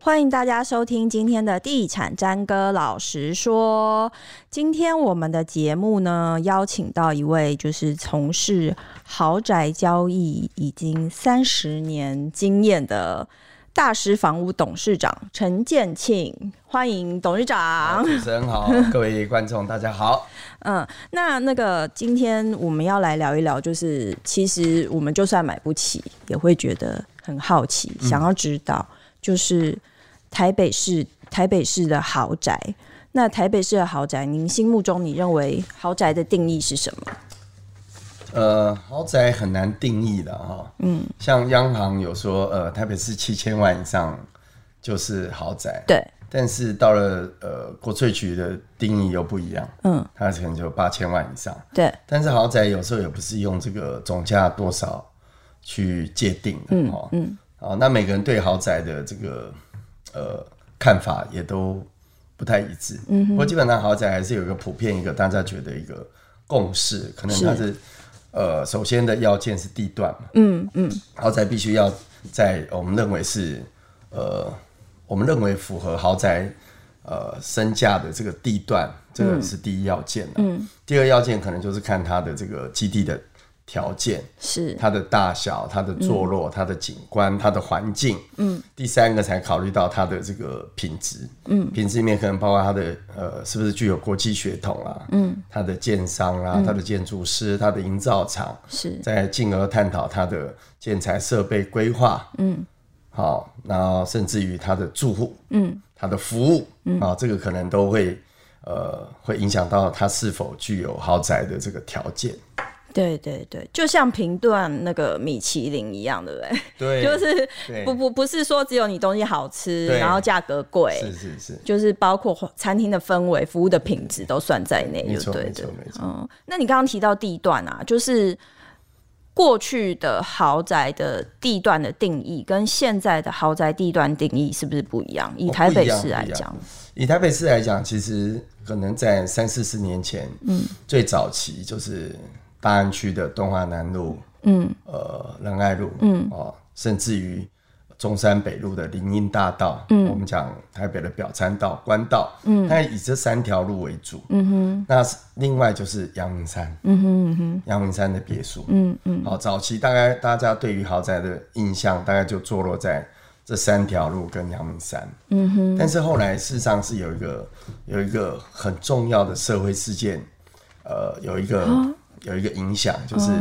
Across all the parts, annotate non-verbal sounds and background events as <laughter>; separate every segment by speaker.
Speaker 1: 欢迎大家收听今天的《地产詹哥老实说》。今天我们的节目呢，邀请到一位就是从事豪宅交易已经三十年经验的大师房屋董事长陈建庆，欢迎董事长。
Speaker 2: 主持人
Speaker 1: <laughs>
Speaker 2: 好，各位观众大家好。
Speaker 1: 嗯，那那个今天我们要来聊一聊，就是其实我们就算买不起，也会觉得很好奇，
Speaker 2: 嗯
Speaker 1: 想要知道，就是台北市台北市的豪宅。那台北市的豪宅，您心目中你认为豪宅的定义是什么？
Speaker 2: 呃，豪宅很难定义的哈、嗯，像央行有说，呃，台北市七千万以上就是豪宅，
Speaker 1: 对，
Speaker 2: 但是到了呃国税局的定义又不一样，
Speaker 1: 嗯，
Speaker 2: 它可能就八千万以上。
Speaker 1: 对，
Speaker 2: 但是豪宅有时候也不是用这个总价多少去界定的哦。嗯，哦，那每个人对豪宅的这个呃看法也都不太一致。嗯，不过基本上豪宅还是有一个普遍一个大家觉得一个共识，可能它是呃首先的要件是地段嘛。嗯嗯，豪宅必须要在我们认为是呃我们认为符合豪宅呃身价的这个地段，这个是第一要件、嗯，第二要件可能就是看它的这个基地的条件，
Speaker 1: 是
Speaker 2: 它的大小、它的坐落、它的景观、它的环境。嗯，第三个才考虑到它的这个品质。嗯，品质里面可能包括它的呃，是不是具有国际血统啊？嗯，它的建商啊，它的建筑师，它的营造厂，
Speaker 1: 是
Speaker 2: 再进而探讨它的建材设备规划。嗯，好，然后甚至于它的住户，嗯，它的服务，嗯，啊，这个可能都会。呃，会影响到它是否具有豪宅的这个条件。
Speaker 1: 对对对，就像评断那个米其林一样，对不对？ <laughs>
Speaker 2: 对
Speaker 1: 就是
Speaker 2: 对
Speaker 1: 不不不是说只有你东西好吃，
Speaker 2: 对
Speaker 1: 然后价格贵，
Speaker 2: 是是是，
Speaker 1: 就是包括餐厅的氛围、服务的品质都算在内，
Speaker 2: 没
Speaker 1: 就
Speaker 2: 错
Speaker 1: 对
Speaker 2: 没
Speaker 1: 的
Speaker 2: 错。没错。
Speaker 1: 嗯，那你刚刚提到地段啊，就是过去的豪宅的地段的定义跟现在的豪宅地段定义是不是不一样？以
Speaker 2: 哦
Speaker 1: 台
Speaker 2: 不一
Speaker 1: 北
Speaker 2: 样
Speaker 1: 市
Speaker 2: 不
Speaker 1: 来
Speaker 2: 一样
Speaker 1: 讲，
Speaker 2: 以台北市来讲，其实可能在三四十年前，嗯，最早期就是大安区的东华南路，嗯，呃，仁爱路，嗯，哦，甚至于中山北路的林荫大道，嗯，我们讲台北的表参道、官道，嗯，它以这三条路为主，嗯哼，那是另外就是阳明山，嗯哼嗯哼，阳明山的别墅，嗯嗯，好、早期大概大家对于豪宅的印象，大概就坐落在这三条路跟阳明山，嗯哼，但是后来事实上是有一个有一个很重要的社会事件，呃，有一个、有一个影响，就是、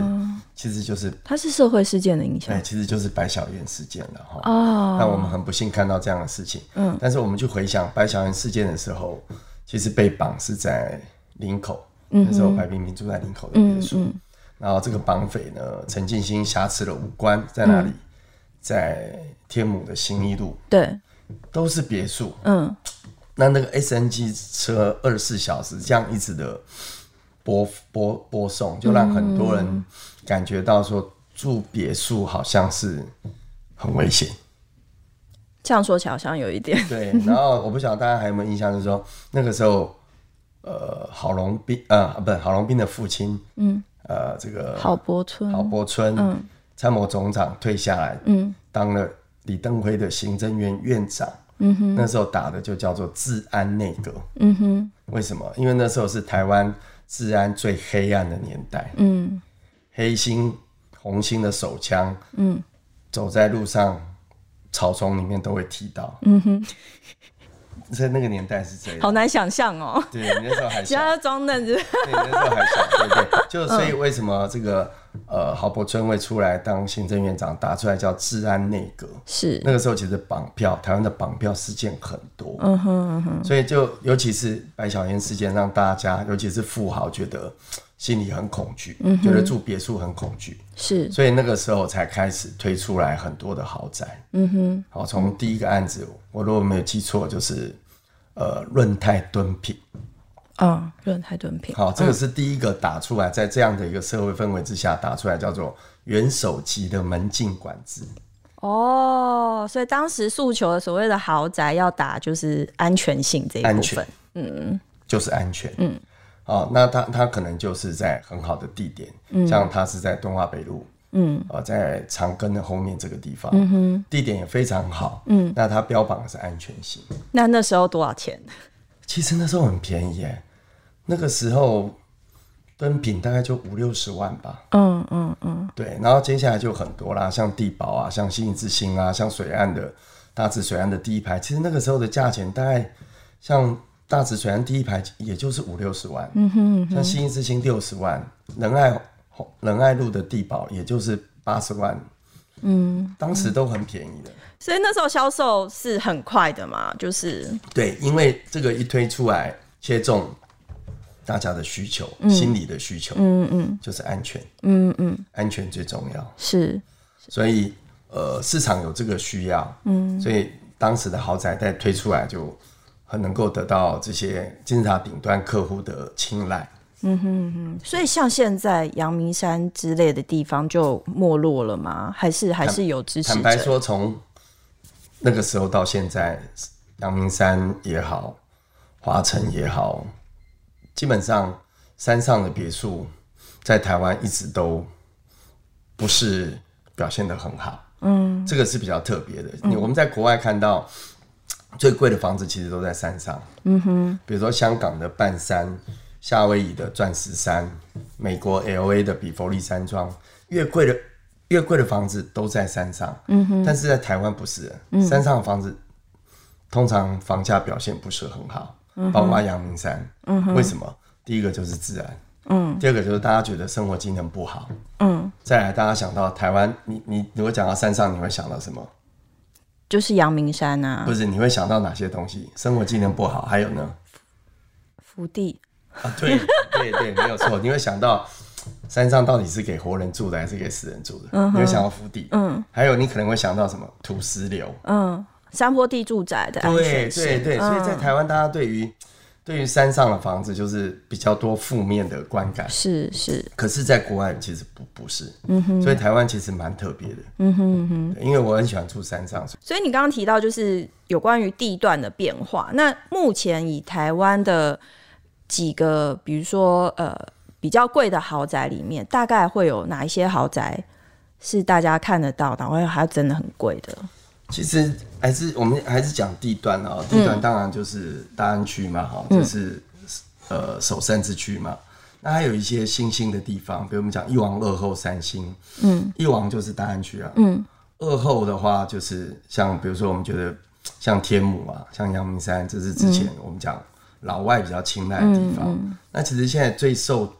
Speaker 2: 其实就是
Speaker 1: 它是社会事件的影
Speaker 2: 哎，
Speaker 1: 响。
Speaker 2: 其实就是白小燕事件了哈。哦，那我们很不幸看到这样的事情。嗯，但是我们去回想白小燕事件的时候，其实被绑是在林口，那时候白冰冰住在林口的别墅。然后这个绑匪呢，陈进兴挟持了五官，在哪里？在天母的新一路，
Speaker 1: 对，
Speaker 2: 都是别墅。
Speaker 1: 嗯，
Speaker 2: 那那个 SNG 车二十四小时这样一直的播播播送，就让很多人感觉到说住别墅好像是很危险。
Speaker 1: 这样说起来好像有一
Speaker 2: <laughs>
Speaker 1: 点
Speaker 2: 对，然后我不晓得大家还有没有印象，就是说那个时候，呃，郝龙斌，呃，不是郝龙斌的父亲，嗯，呃，这个
Speaker 1: 好波村。
Speaker 2: 郝柏村，参谋总长退下来，嗯，当了李登辉的行政院院长，嗯哼，那时候打的就叫做治安内阁，嗯哼，为什么？因为那时候是台湾治安最黑暗的年代，嗯，黑心红心的手枪，嗯，走在路上草丛里面都会提到，嗯哼，在那个年代是这样，
Speaker 1: 好难想象
Speaker 2: <laughs>
Speaker 1: 哦，
Speaker 2: 对，那时候还
Speaker 1: 只
Speaker 2: 小。
Speaker 1: 要装嫩 <laughs> 是不是
Speaker 2: 对，那时候还小，对 <laughs> 对，就所以为什么这个呃郝柏村会出来当行政院长，打出来叫治安内阁？
Speaker 1: 是
Speaker 2: 那个时候其实绑票，台湾的绑票事件很多，嗯哼嗯哼，所以就尤其是白小燕事件，让大家尤其是富豪觉得心里很恐惧，觉得住别墅很恐惧，
Speaker 1: 是
Speaker 2: 所以那个时候才开始推出来很多的豪宅，嗯哼，好，从第一个案子，我如果没有记错，就是呃润泰敦品。
Speaker 1: 啊，润泰敦品
Speaker 2: 好，这个是第一个打出来，在这样的一个社会氛围之下打出来，叫做元首级的门禁管制。
Speaker 1: 哦，所以当时诉求的所谓的豪宅要打就是安全性这一部
Speaker 2: 安
Speaker 1: 分
Speaker 2: 全，就是安全。嗯，哦，那它它可能就是在很好的地点，像它是在东华北路，嗯，啊、呃，在长庚的后面这个地方，嗯哼，地点也非常好，嗯，那它标榜的是安全性。
Speaker 1: 那那时候多少钱？
Speaker 2: 其实那时候很便宜耶，那个时候灯品大概就五六十万吧，
Speaker 1: 嗯嗯嗯，
Speaker 2: 对，然后接下来就很多啦，像地堡啊，像新之星啊，像水岸的大直水岸的第一排，其实那个时候的价钱大概像。大直水岸第一排也就是五六十万，嗯哼,嗯哼，像新一之星六十万，仁爱仁爱路的地保也就是八十万，嗯，当时都很便宜的。
Speaker 1: 所以那时候销售是很快的嘛，就是
Speaker 2: 对，因为这个一推出来，切中大家的需求，嗯、心理的需求，嗯嗯，就是安全，
Speaker 1: 嗯嗯，
Speaker 2: 安全最重要，
Speaker 1: 是，
Speaker 2: 所以呃市场有这个需要，嗯，所以当时的豪宅在推出来就。很能够得到这些金字塔顶端客户的青睐。
Speaker 1: 嗯哼哼，所以像现在阳明山之类的地方就没落了吗？还是还是有支持
Speaker 2: 坦白说，从那个时候到现在，阳明山也好，华城也好，基本上山上的别墅在台湾一直都不是表现的很好。嗯，这个是比较特别的。嗯、我们在国外看到。最贵的房子其实都在山上，嗯哼，比如说香港的半山、夏威夷的钻石山、美国 L A 的比佛利山庄，越贵的越贵的房子都在山上，嗯哼，但是在台湾不是，嗯、山上房子通常房价表现不是很好，嗯、包括阳明山，嗯哼，为什么？第一个就是自然，嗯，第二个就是大家觉得生活机能不好，嗯，再来大家想到台湾，你你如果讲到山上，你会想到什么？
Speaker 1: 就是阳明山啊，
Speaker 2: 不是？你会想到哪些东西？生活技能不好，还有呢？
Speaker 1: 福地
Speaker 2: 啊，对对对，没有错。你会想到山上到底是给活人住的还是给死人住的？嗯、你会想到福地，嗯，还有你可能会想到什么土石流，
Speaker 1: 嗯，山坡地住宅的
Speaker 2: 对对对，所以在台湾，大家对于、嗯、对于山上的房子就是比较多负面的观感，
Speaker 1: 是是。
Speaker 2: 可是，在国外其实不不是，嗯哼，所以台湾其实蛮特别的，嗯哼。因为我很喜欢住山上，
Speaker 1: 所以你刚刚提到就是有关于地段的变化。那目前以台湾的几个，比如说呃比较贵的豪宅里面，大概会有哪一些豪宅是大家看得到，然后还真的很贵的？
Speaker 2: 其实还是我们还是讲地段啊、喔，地段当然就是大安区嘛，哈、嗯，就是呃首善之区嘛。那还有一些新兴的地方，比如我们讲一王二后三星，嗯，一王就是大安区啊，嗯。二后的话，就是像比如说，我们觉得像天母啊，像阳明山，这是之前我们讲老外比较青睐的地方。嗯嗯、那其实现在最受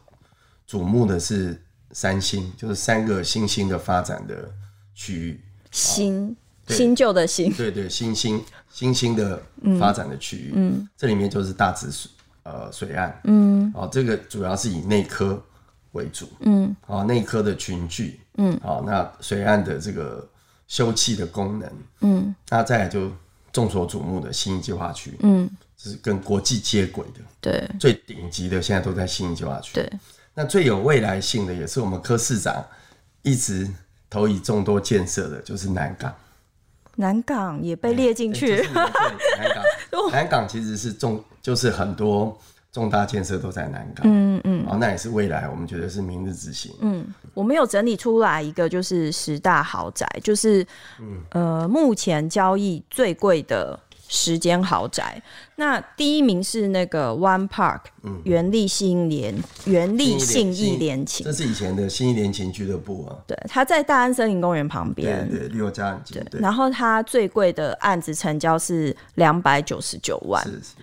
Speaker 2: 瞩目的是三星，就是三个新兴的发展的区域。
Speaker 1: 新新旧的新，
Speaker 2: 对对，新兴新兴的发展的区域。嗯，嗯这里面就是大直水呃水岸。嗯，哦，这个主要是以内科为主。嗯，哦，内科的群聚。嗯，哦，那水岸的这个。休憩的功能，嗯，那再来就众所瞩目的新计划区，嗯，这是跟国际接轨的，
Speaker 1: 对，
Speaker 2: 最顶级的现在都在新计划区，
Speaker 1: 对，
Speaker 2: 那最有未来性的也是我们柯市长一直投以众多建设的，就是南港，
Speaker 1: 南港也被列进去，欸
Speaker 2: 哎就是、南
Speaker 1: <laughs>
Speaker 2: 港，南港其实是重，就是很多。重大建设都在南港，嗯嗯，啊、嗯，那也是未来我们觉得是明日之星。
Speaker 1: 嗯，我们有整理出来一个就是十大豪宅，就是、嗯、呃目前交易最贵的十间豪宅。那第一名是那个 One Park，嗯，原力信联，原力信义联勤，
Speaker 2: 这是以前的信义联勤俱乐部啊。
Speaker 1: 对，它在大安森林公园旁边，
Speaker 2: 对对，离我家很近。对，
Speaker 1: 然后它最贵的案子成交是两百九十九万。
Speaker 2: 是是。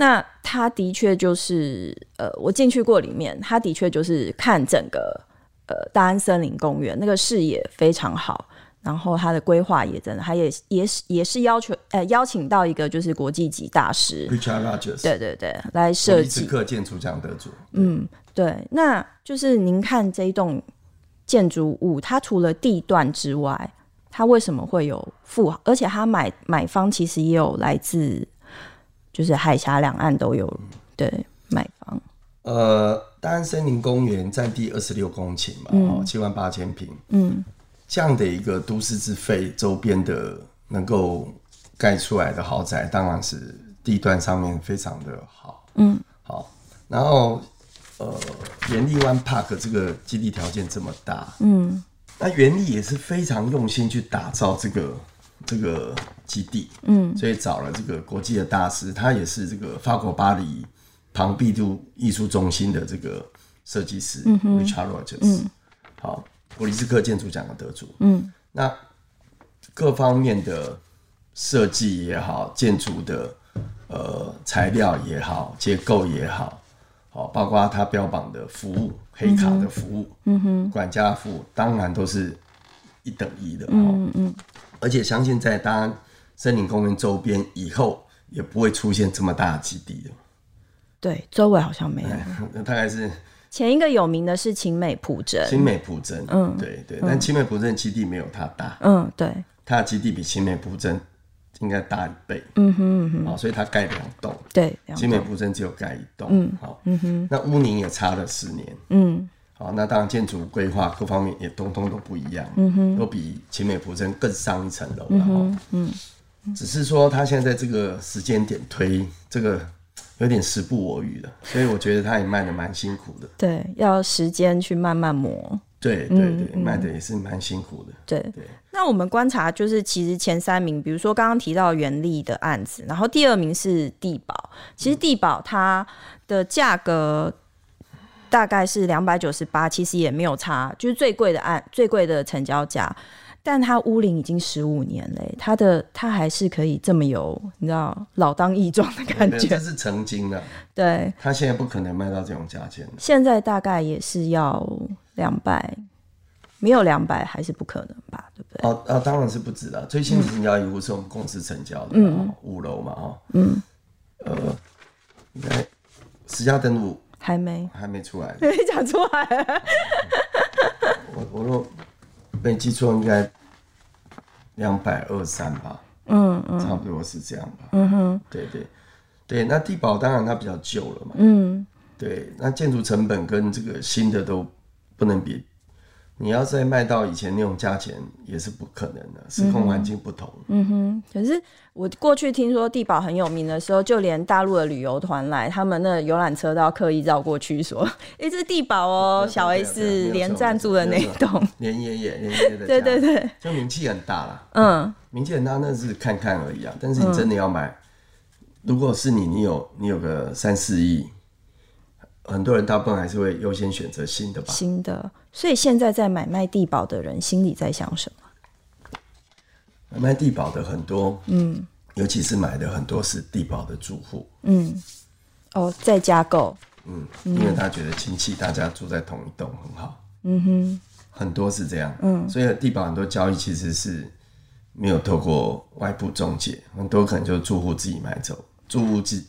Speaker 1: 那它的确就是，呃，我进去过里面，它的确就是看整个呃大安森林公园，那个视野非常好，然后它的规划也真的，它也也是也是要求呃邀请到一个就是国际级大师
Speaker 2: ，Richard Rogers，
Speaker 1: 对对对，来设计。
Speaker 2: 此刻建筑奖得主。
Speaker 1: 嗯，对，那就是您看这一栋建筑物，它除了地段之外，它为什么会有富豪？而且它买买方其实也有来自。就是海峡两岸都有
Speaker 2: 嗯
Speaker 1: 对买房，
Speaker 2: 呃，大安森林公园占地二十六公顷嘛，哦、嗯，七万八千平，嗯，这样的一个都市之肺周边的能够盖出来的豪宅，当然是地段上面非常的好，嗯，好，然后呃，原力湾 Park 这个基地条件这么大，嗯，那原力也是非常用心去打造这个这个基地，嗯，所以找了这个国际的大师，他也是这个法国巴黎庞毕度艺术中心的这个设计师、Richard Rogers，、好，普利兹克建筑奖的得主，嗯，那各方面的设计也好，建筑的呃材料也好，结构也好，好、哦包括他标榜的服务，黑卡的服务，嗯哼，管家服务，当然都是一等一的，嗯嗯，而且相信在大安森林公园周边以后也不会出现这么大的基地 <laughs> 了，
Speaker 1: 对，周围好像没有。
Speaker 2: 那大概是
Speaker 1: 前一个有名的是晴美普镇，
Speaker 2: 青美浦镇，嗯，对对，但青美浦镇基地没有它大，
Speaker 1: 嗯，对，
Speaker 2: 它的基地比青美浦镇应该大一倍，嗯哼嗯哼，好、所以它盖两栋，
Speaker 1: 对，两
Speaker 2: 青美浦镇只有盖一栋，嗯，好，嗯哼，那乌宁也差了十年，
Speaker 1: 嗯，
Speaker 2: 好，那当然建筑规划各方面也通通都不一样，嗯哼，都比青美浦镇更上一层楼了，嗯嗯，只是说它现在这个时间点推这个有点时不我与了，所以我觉得它也卖的蛮辛苦的，
Speaker 1: 对，要时间去慢慢磨。
Speaker 2: 对对对，卖的也是蛮辛苦的，
Speaker 1: 对，
Speaker 2: 对。
Speaker 1: 那我们观察就是，其实前三名，比如说刚刚提到原力的案子，然后第二名是地保。其实地保它的价格大概是两百九十八，其实也没有差，就是最贵的案最贵的成交价。但它屋龄已经十五年嘞，它的它还是可以这么有，你知道老当益壮的感
Speaker 2: 没有这
Speaker 1: 觉。
Speaker 2: 是曾经的，
Speaker 1: 对，
Speaker 2: 他现在不可能卖到这种价钱了。
Speaker 1: 现在大概也是要两百，没有两百还是不可能吧，对不对？
Speaker 2: 哦哦，当然是不止了。最新的成交一户是我们公司成交的啦，哦五楼嘛，哦，嗯，呃，应该实价登录
Speaker 1: 还没， <laughs>
Speaker 2: 还没出来，
Speaker 1: 没讲出来了。
Speaker 2: 我我若没记错，应该两百二三吧，
Speaker 1: 嗯
Speaker 2: 嗯，差不多是这样吧，嗯哼，对对对，那地保当然它比较旧了嘛，
Speaker 1: 嗯，
Speaker 2: 对，那建筑成本跟这个新的都不能比。你要再卖到以前那种价钱，也是不可能的，时空环境不同。
Speaker 1: 嗯可是我过去听说地堡很有名的时候，就连大陆的旅游团来，他们那游览车都要刻意绕过去说：“ <laughs> 诶，这是地堡哦，
Speaker 2: 对
Speaker 1: 小
Speaker 2: 对对
Speaker 1: S
Speaker 2: 对
Speaker 1: 连站住的那一栋。
Speaker 2: 连爷爷，连爷爷的
Speaker 1: 对对
Speaker 2: 家
Speaker 1: 对，
Speaker 2: 就名气很大啦”。
Speaker 1: 嗯，
Speaker 2: 名气很大那是看看而已啊，但是你真的要买，
Speaker 1: 嗯
Speaker 2: 如果是你，你有你有个三四亿，很多人大部分还是会优先选择新的吧。
Speaker 1: 新的。所以现在在买卖地堡的人心里在想什么？
Speaker 2: 卖地保的很多，嗯，尤其是买的很多是地保的住户，
Speaker 1: 哦，在加购，
Speaker 2: 嗯，因为他觉得亲戚大家住在同一栋很好，嗯哼，很多是这样，嗯，所以地保很多交易其实是没有透过外部中介，很多可能就是住户自己买走，住户之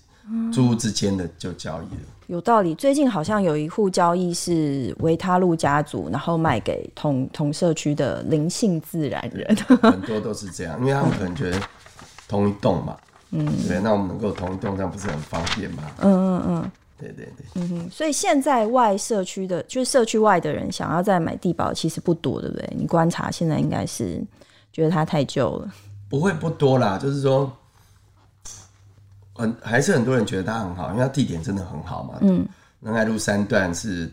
Speaker 2: 住户之间的就交易了。
Speaker 1: 有道理。最近好像有一户交易是维他路家族，然后卖给同同社区的灵性自然人。
Speaker 2: 很多都是这样，因为他们可能觉得同一栋嘛，嗯，对，那我们能够同一栋，这样不是很方便吗？嗯嗯嗯，对对对，
Speaker 1: 所以现在外社区的，就是社区外的人想要再买地保，其实不多，对不对？你观察现在应该是觉得它太旧了，
Speaker 2: 不会不多啦，就是说，很还是很多人觉得它很好，因为它地点真的很好嘛，嗯，仁爱路三段是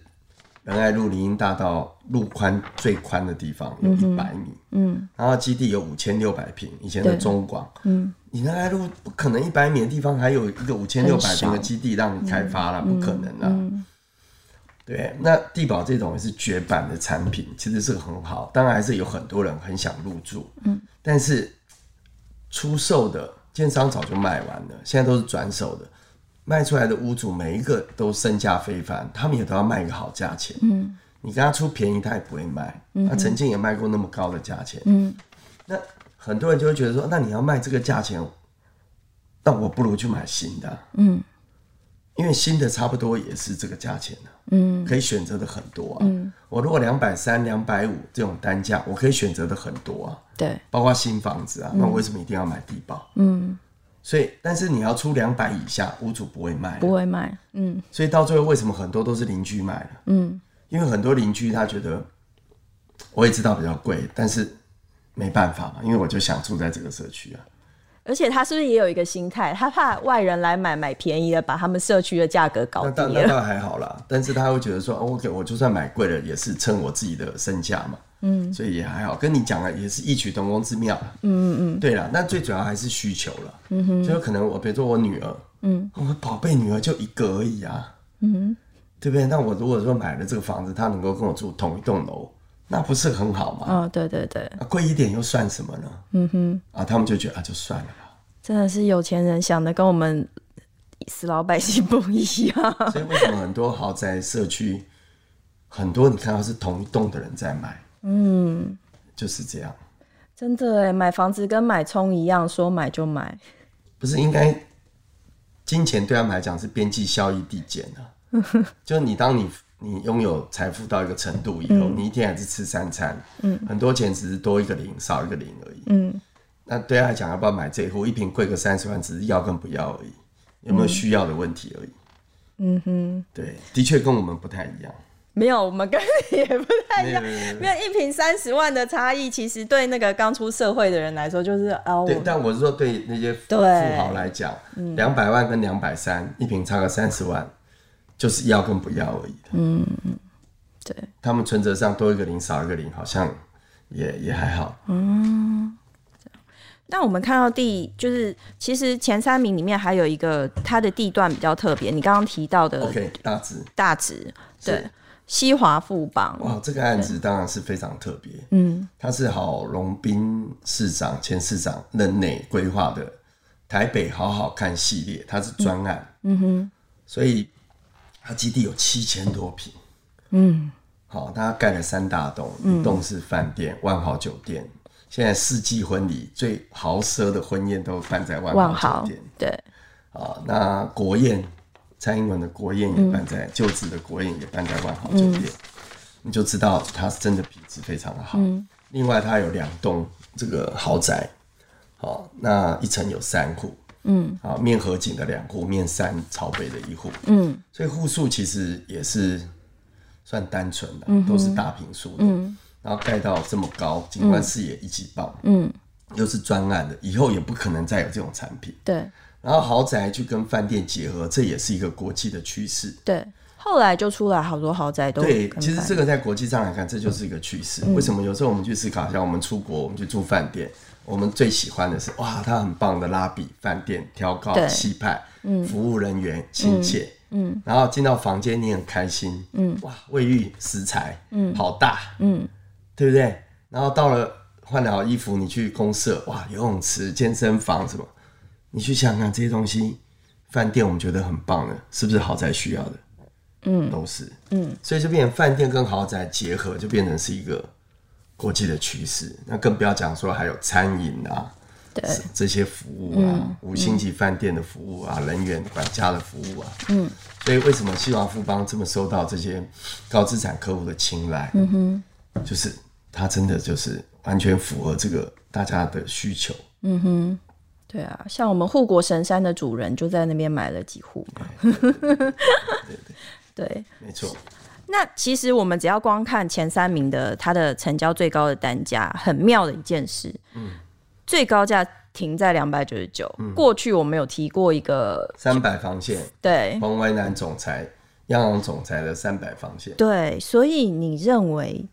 Speaker 2: 仁爱路林荫大道路宽最宽的地方，有一百米，嗯，然后基地有五千六百平，以前的
Speaker 1: 对
Speaker 2: 中广，嗯，你仁爱路不可能一百米的地方还有一个五千六百平的基地让你开发了，不可能啦。对，那地保这种也是绝版的产品，其实是很好，当然还是有很多人很想入住，嗯，但是出售的建商早就卖完了，现在都是转手的，卖出来的屋主每一个都身价非凡，他们也都要卖个好价钱，嗯，你跟他出便宜，他也不会卖，嗯，他曾经也卖过那么高的价钱，嗯，那很多人就会觉得说，那你要卖这个价钱，那我不如去买新的啊、因为新的差不多也是这个价钱啊，嗯，可以选择的很多啊。我如果两百三、两百五这种单价，我可以选择的很多啊，
Speaker 1: 对，
Speaker 2: 包括新房子啊，那我为什么一定要买地保？嗯，所以但是你要出两百以下，屋主不会卖的，啊
Speaker 1: 不会卖，嗯，
Speaker 2: 所以到最后为什么很多都是邻居买的？嗯，因为很多邻居他觉得，我也知道比较贵，但是没办法嘛，因为我就想住在这个社区啊。
Speaker 1: 而且他是不是也有一个心态，他怕外人来买买便宜的，把他们社区的价格搞
Speaker 2: 那
Speaker 1: 低
Speaker 2: 当那
Speaker 1: 了？
Speaker 2: 倒还好啦，但是他会觉得说哦，OK，我就算买贵了，也是撑我自己的身价嘛。嗯，所以也还好，跟你讲了也是异曲同工之妙啦。嗯嗯嗯，对啦，那最主要还是需求了。嗯哼，就有可能我比如说我女儿，嗯，我宝贝女儿就一个而已啊。嗯，对不对？那我如果说买了这个房子，她能够跟我住同一栋楼，那不是很好吗？
Speaker 1: 嗯，对对对，
Speaker 2: 啊贵一点又算什么呢？嗯哼，啊，他们就觉得啊，就算了吧。
Speaker 1: 真的是有钱人想的跟我们死老百姓不一样。
Speaker 2: <laughs> 所以为什么很多豪宅社区，很多你看到是同一栋的人在买，嗯，就是这样，
Speaker 1: <laughs> 真的哎，买房子跟买葱一样，说买就买。
Speaker 2: 不是应该金钱对他们来讲是边际效益递减啊，就你当你你拥有财富到一个程度以后，你一天还是吃三餐，嗯，很多钱只是多一个零少一个零而已，嗯，那对他来讲要不要买这一户一瓶贵个三十万，只是要跟不要而已，有没有需要的问题而已，嗯哼，对，的确跟我们不太一样，
Speaker 1: 没有，我们跟 <laughs> 你也不太一样。
Speaker 2: 没有没有没有
Speaker 1: 没有一瓶三十万的差异，其实对那个刚出社会的人来说，就是啊，我
Speaker 2: 对，但我是说对那些富
Speaker 1: 对
Speaker 2: 豪来讲，两百万跟两百三，一瓶差个三十万，就是要跟不要而已的。嗯，
Speaker 1: 对，
Speaker 2: 他们存折上多一个零少一个零，好像也也还好。
Speaker 1: 那我们看到第就是，其实前三名里面还有一个它的地段比较特别，你刚刚提到的
Speaker 2: OK，大致
Speaker 1: 大直，
Speaker 2: 是
Speaker 1: 对，西华富邦，
Speaker 2: 哇，哦这个案子当然是非常特别。嗯，它是郝龙斌市长前市长任内规划的台北好好看系列，它是专案。嗯哼，所以它基地有七千多平。嗯，好，它盖了三大栋，一栋是饭店，万豪酒店。现在世纪婚礼最豪奢的婚宴都办在
Speaker 1: 万
Speaker 2: 万豪
Speaker 1: 豪
Speaker 2: 酒店，
Speaker 1: 对，
Speaker 2: 啊，那国宴，蔡英文的国宴也办在、就职的国宴也办在万豪酒店，你就知道它是真的品质非常的好。另外，它有两栋这个豪宅，好、那一层有三户，嗯，啊，面河景的两户，面山朝北的一户，嗯，所以户数其实也是算单纯的，都是大平数的，然后盖到这么高，景观视野一级棒，嗯，又是专案的，以后也不可能再有这种产品。
Speaker 1: 对
Speaker 2: 然后豪宅去跟饭店结合，这也是一个国际的趋势。
Speaker 1: 对，后来就出来好多豪宅都
Speaker 2: 对，
Speaker 1: 跟
Speaker 2: 其实
Speaker 1: 拍
Speaker 2: 这个在国际上来看，这就是一个趋势。为什么有时候我们去思考一下，我们出国，我们去住饭店，我们最喜欢的是哇，它很棒的拉比饭店，挑高
Speaker 1: 对
Speaker 2: 气派，服务人员亲切，嗯，然后进到房间你很开心，嗯，哇，卫浴食材，嗯，好大，嗯，对不对？然后到了换了好衣服，你去公社，哇，游泳池、健身房什么，你去想想看这些东西，饭店我们觉得很棒的，是不是豪宅需要的？嗯，都是，嗯，所以就变成饭店跟豪宅结合，就变成是一个国际的趋势。那更不要讲说还有餐饮啊，
Speaker 1: 对
Speaker 2: 这这些服务啊，五星级饭店的服务啊，人员管家的服务啊，嗯，所以为什么西华富邦这么受到这些高资产客户的青睐？嗯哼，就是它真的就是完全符合这个大家的需求。
Speaker 1: 对啊，像我们护国神山的主人就在那边买了几户嘛。 <laughs> 对，
Speaker 2: 没错，
Speaker 1: 那其实我们只要光看前三名的，它的成交最高的单价，很妙的一件事，最高价停在两百九十九。
Speaker 2: 嗯
Speaker 1: 过去我们有提过一个，
Speaker 2: 三百防线，
Speaker 1: 对
Speaker 2: 黄淮南总裁、央行总裁的三百防线。
Speaker 1: 对，所以你认为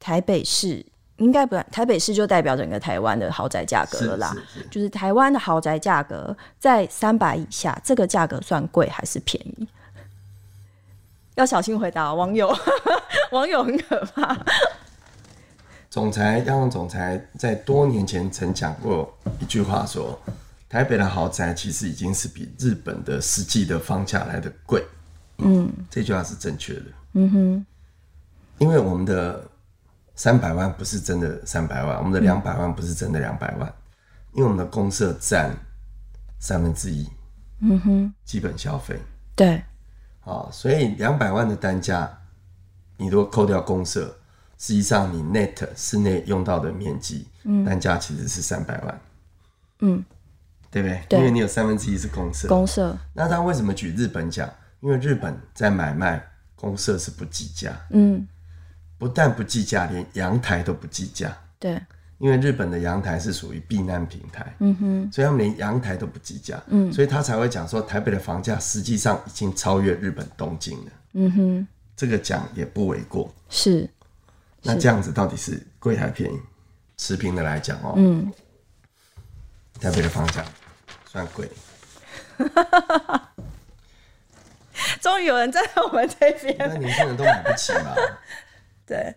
Speaker 1: 台北市应该不，台北市就代表整个台湾的豪宅价格
Speaker 2: 是
Speaker 1: 了啦。
Speaker 2: 是是
Speaker 1: 就是台湾的豪宅价格在三百以下，这个价格算贵还是便宜？要小心回答哦网友， <laughs> 网友很可怕。
Speaker 2: 总裁央行总裁在多年前曾讲过一句话说，台北的豪宅其实已经是比日本的实际的房价来的贵。嗯，这句话是正确的。嗯哼，因为我们的三百万不是真的三百万，我们的两百万不是真的两百万，因为我们的公社占三分之一。嗯哼，基本消费。
Speaker 1: 对
Speaker 2: 啊，所以两百万的单价，你如果扣掉公社，实际上你 net 室内用到的面积，单价其实是三百万，嗯，对不对？
Speaker 1: 对
Speaker 2: 因为你有三分之一是公社。
Speaker 1: 公社，
Speaker 2: 那他为什么举日本讲？因为日本在买卖公社是不计价，
Speaker 1: 嗯，
Speaker 2: 不但不计价，连阳台都不计价。
Speaker 1: 对
Speaker 2: 因为日本的阳台是属于避难平台，嗯哼，所以他们连阳台都不计价，嗯，所以他才会讲说台北的房价实际上已经超越日本东京了，
Speaker 1: 嗯哼，
Speaker 2: 这个讲也不为过。
Speaker 1: 是
Speaker 2: 那这样子到底是贵还便宜？持平的来讲哦，嗯，台北的房价算贵，
Speaker 1: 终于有人站在我们这边，
Speaker 2: 那年轻人都买不起 <laughs> 嘛，
Speaker 1: 对，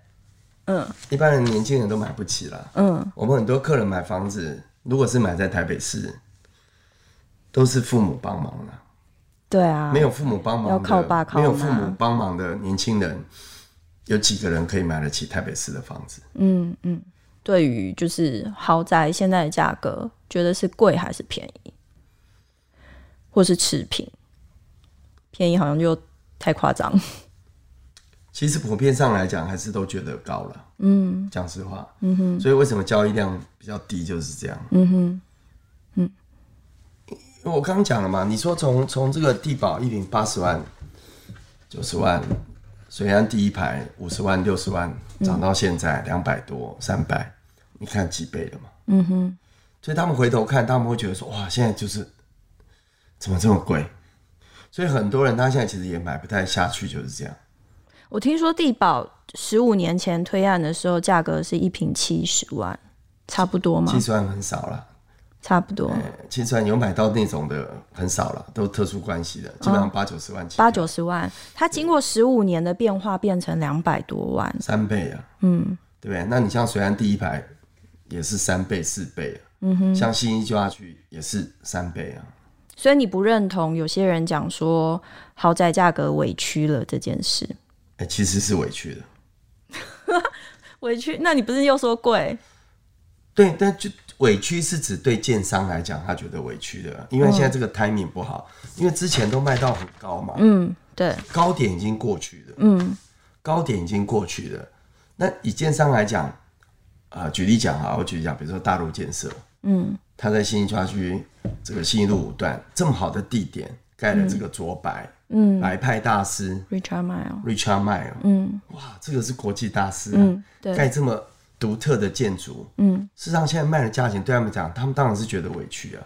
Speaker 2: 一般人年轻人都买不起啦。嗯，我们很多客人买房子，如果是买在台北市，都是父母帮忙啦。
Speaker 1: 对啊，
Speaker 2: 没有父母帮忙的，
Speaker 1: 要靠爸靠妈
Speaker 2: 没有父母帮忙的年轻人，有几个人可以买得起台北市的房子？
Speaker 1: 嗯嗯，对于就是豪宅现在的价格，觉得是贵还是便宜，或是持平？便宜好像就太夸张，
Speaker 2: 其实普遍上来讲，还是都觉得高了。嗯，讲实话，嗯哼，所以为什么交易量比较低就是这样。嗯哼，嗯，因为我刚刚讲了嘛，你说从从这个地保一平八十万、九十万，水岸第一排五十万、六十万，涨到现在两百多、三百，你看几倍了嘛？嗯哼，所以他们回头看，他们会觉得说，哇，现在就是怎么这么贵？所以很多人他现在其实也买不太下去，就是这样。
Speaker 1: <laughs> 我听说地保十五年前推案的时候，价格是一平七十万，差不多吗
Speaker 2: 七？十万很少了，
Speaker 1: 差不多，
Speaker 2: 七十万有买到那种的很少了，都特殊关系的，基本上哦八九十万起跳，
Speaker 1: 八九十万。它经过十五年的变化，变成两百多万。
Speaker 2: 三倍啊，嗯，对不对？那你像水岸第一排也是三倍四倍啊，嗯哼，像新一就下去也是三倍啊，
Speaker 1: 所以你不认同有些人讲说豪宅价格委屈了这件事？
Speaker 2: 哎、其实是委屈的，
Speaker 1: 委屈？那你不是又说贵？
Speaker 2: 对，但就委屈是指对建商来讲，他觉得委屈的，因为现在这个 timing 不好，因为之前都卖到很高嘛，
Speaker 1: 嗯，对，
Speaker 2: 高点已经过去了，嗯，高点已经过去了。那以建商来讲，啊、举例讲啊，我举例讲，比如说大陆建设，嗯，他在新义抓区这个新义路五段这么好的地点盖了这个卓白，嗯，白派大师
Speaker 1: Richard Mile，
Speaker 2: Richard Mile，嗯，哇，这个是国际大师、啊，
Speaker 1: 嗯对
Speaker 2: 盖这么独特的建筑，嗯，事实上现在卖的价钱对他们讲，他们当然是觉得委屈啊，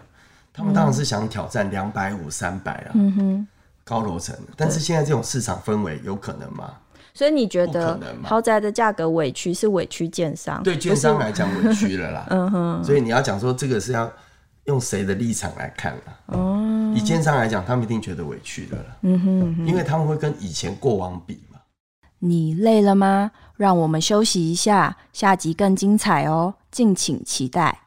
Speaker 2: 他们当然是想挑战两百五、三百啊，嗯哼，高楼层，但是现在这种市场氛围有可能吗？
Speaker 1: 所以你觉
Speaker 2: 不可
Speaker 1: 得
Speaker 2: 能嘛
Speaker 1: 豪宅的价格委屈是委屈建商？
Speaker 2: 对券商来讲委屈了啦。 <laughs> 嗯哼，所以你要讲说这个是要用谁的立场来看啦。哦，以券商来讲，他们一定觉得委屈的啦。嗯哼，因为他们会跟以前过往比嘛。
Speaker 1: 你累了吗？让我们休息一下，下集更精彩哦，敬请期待。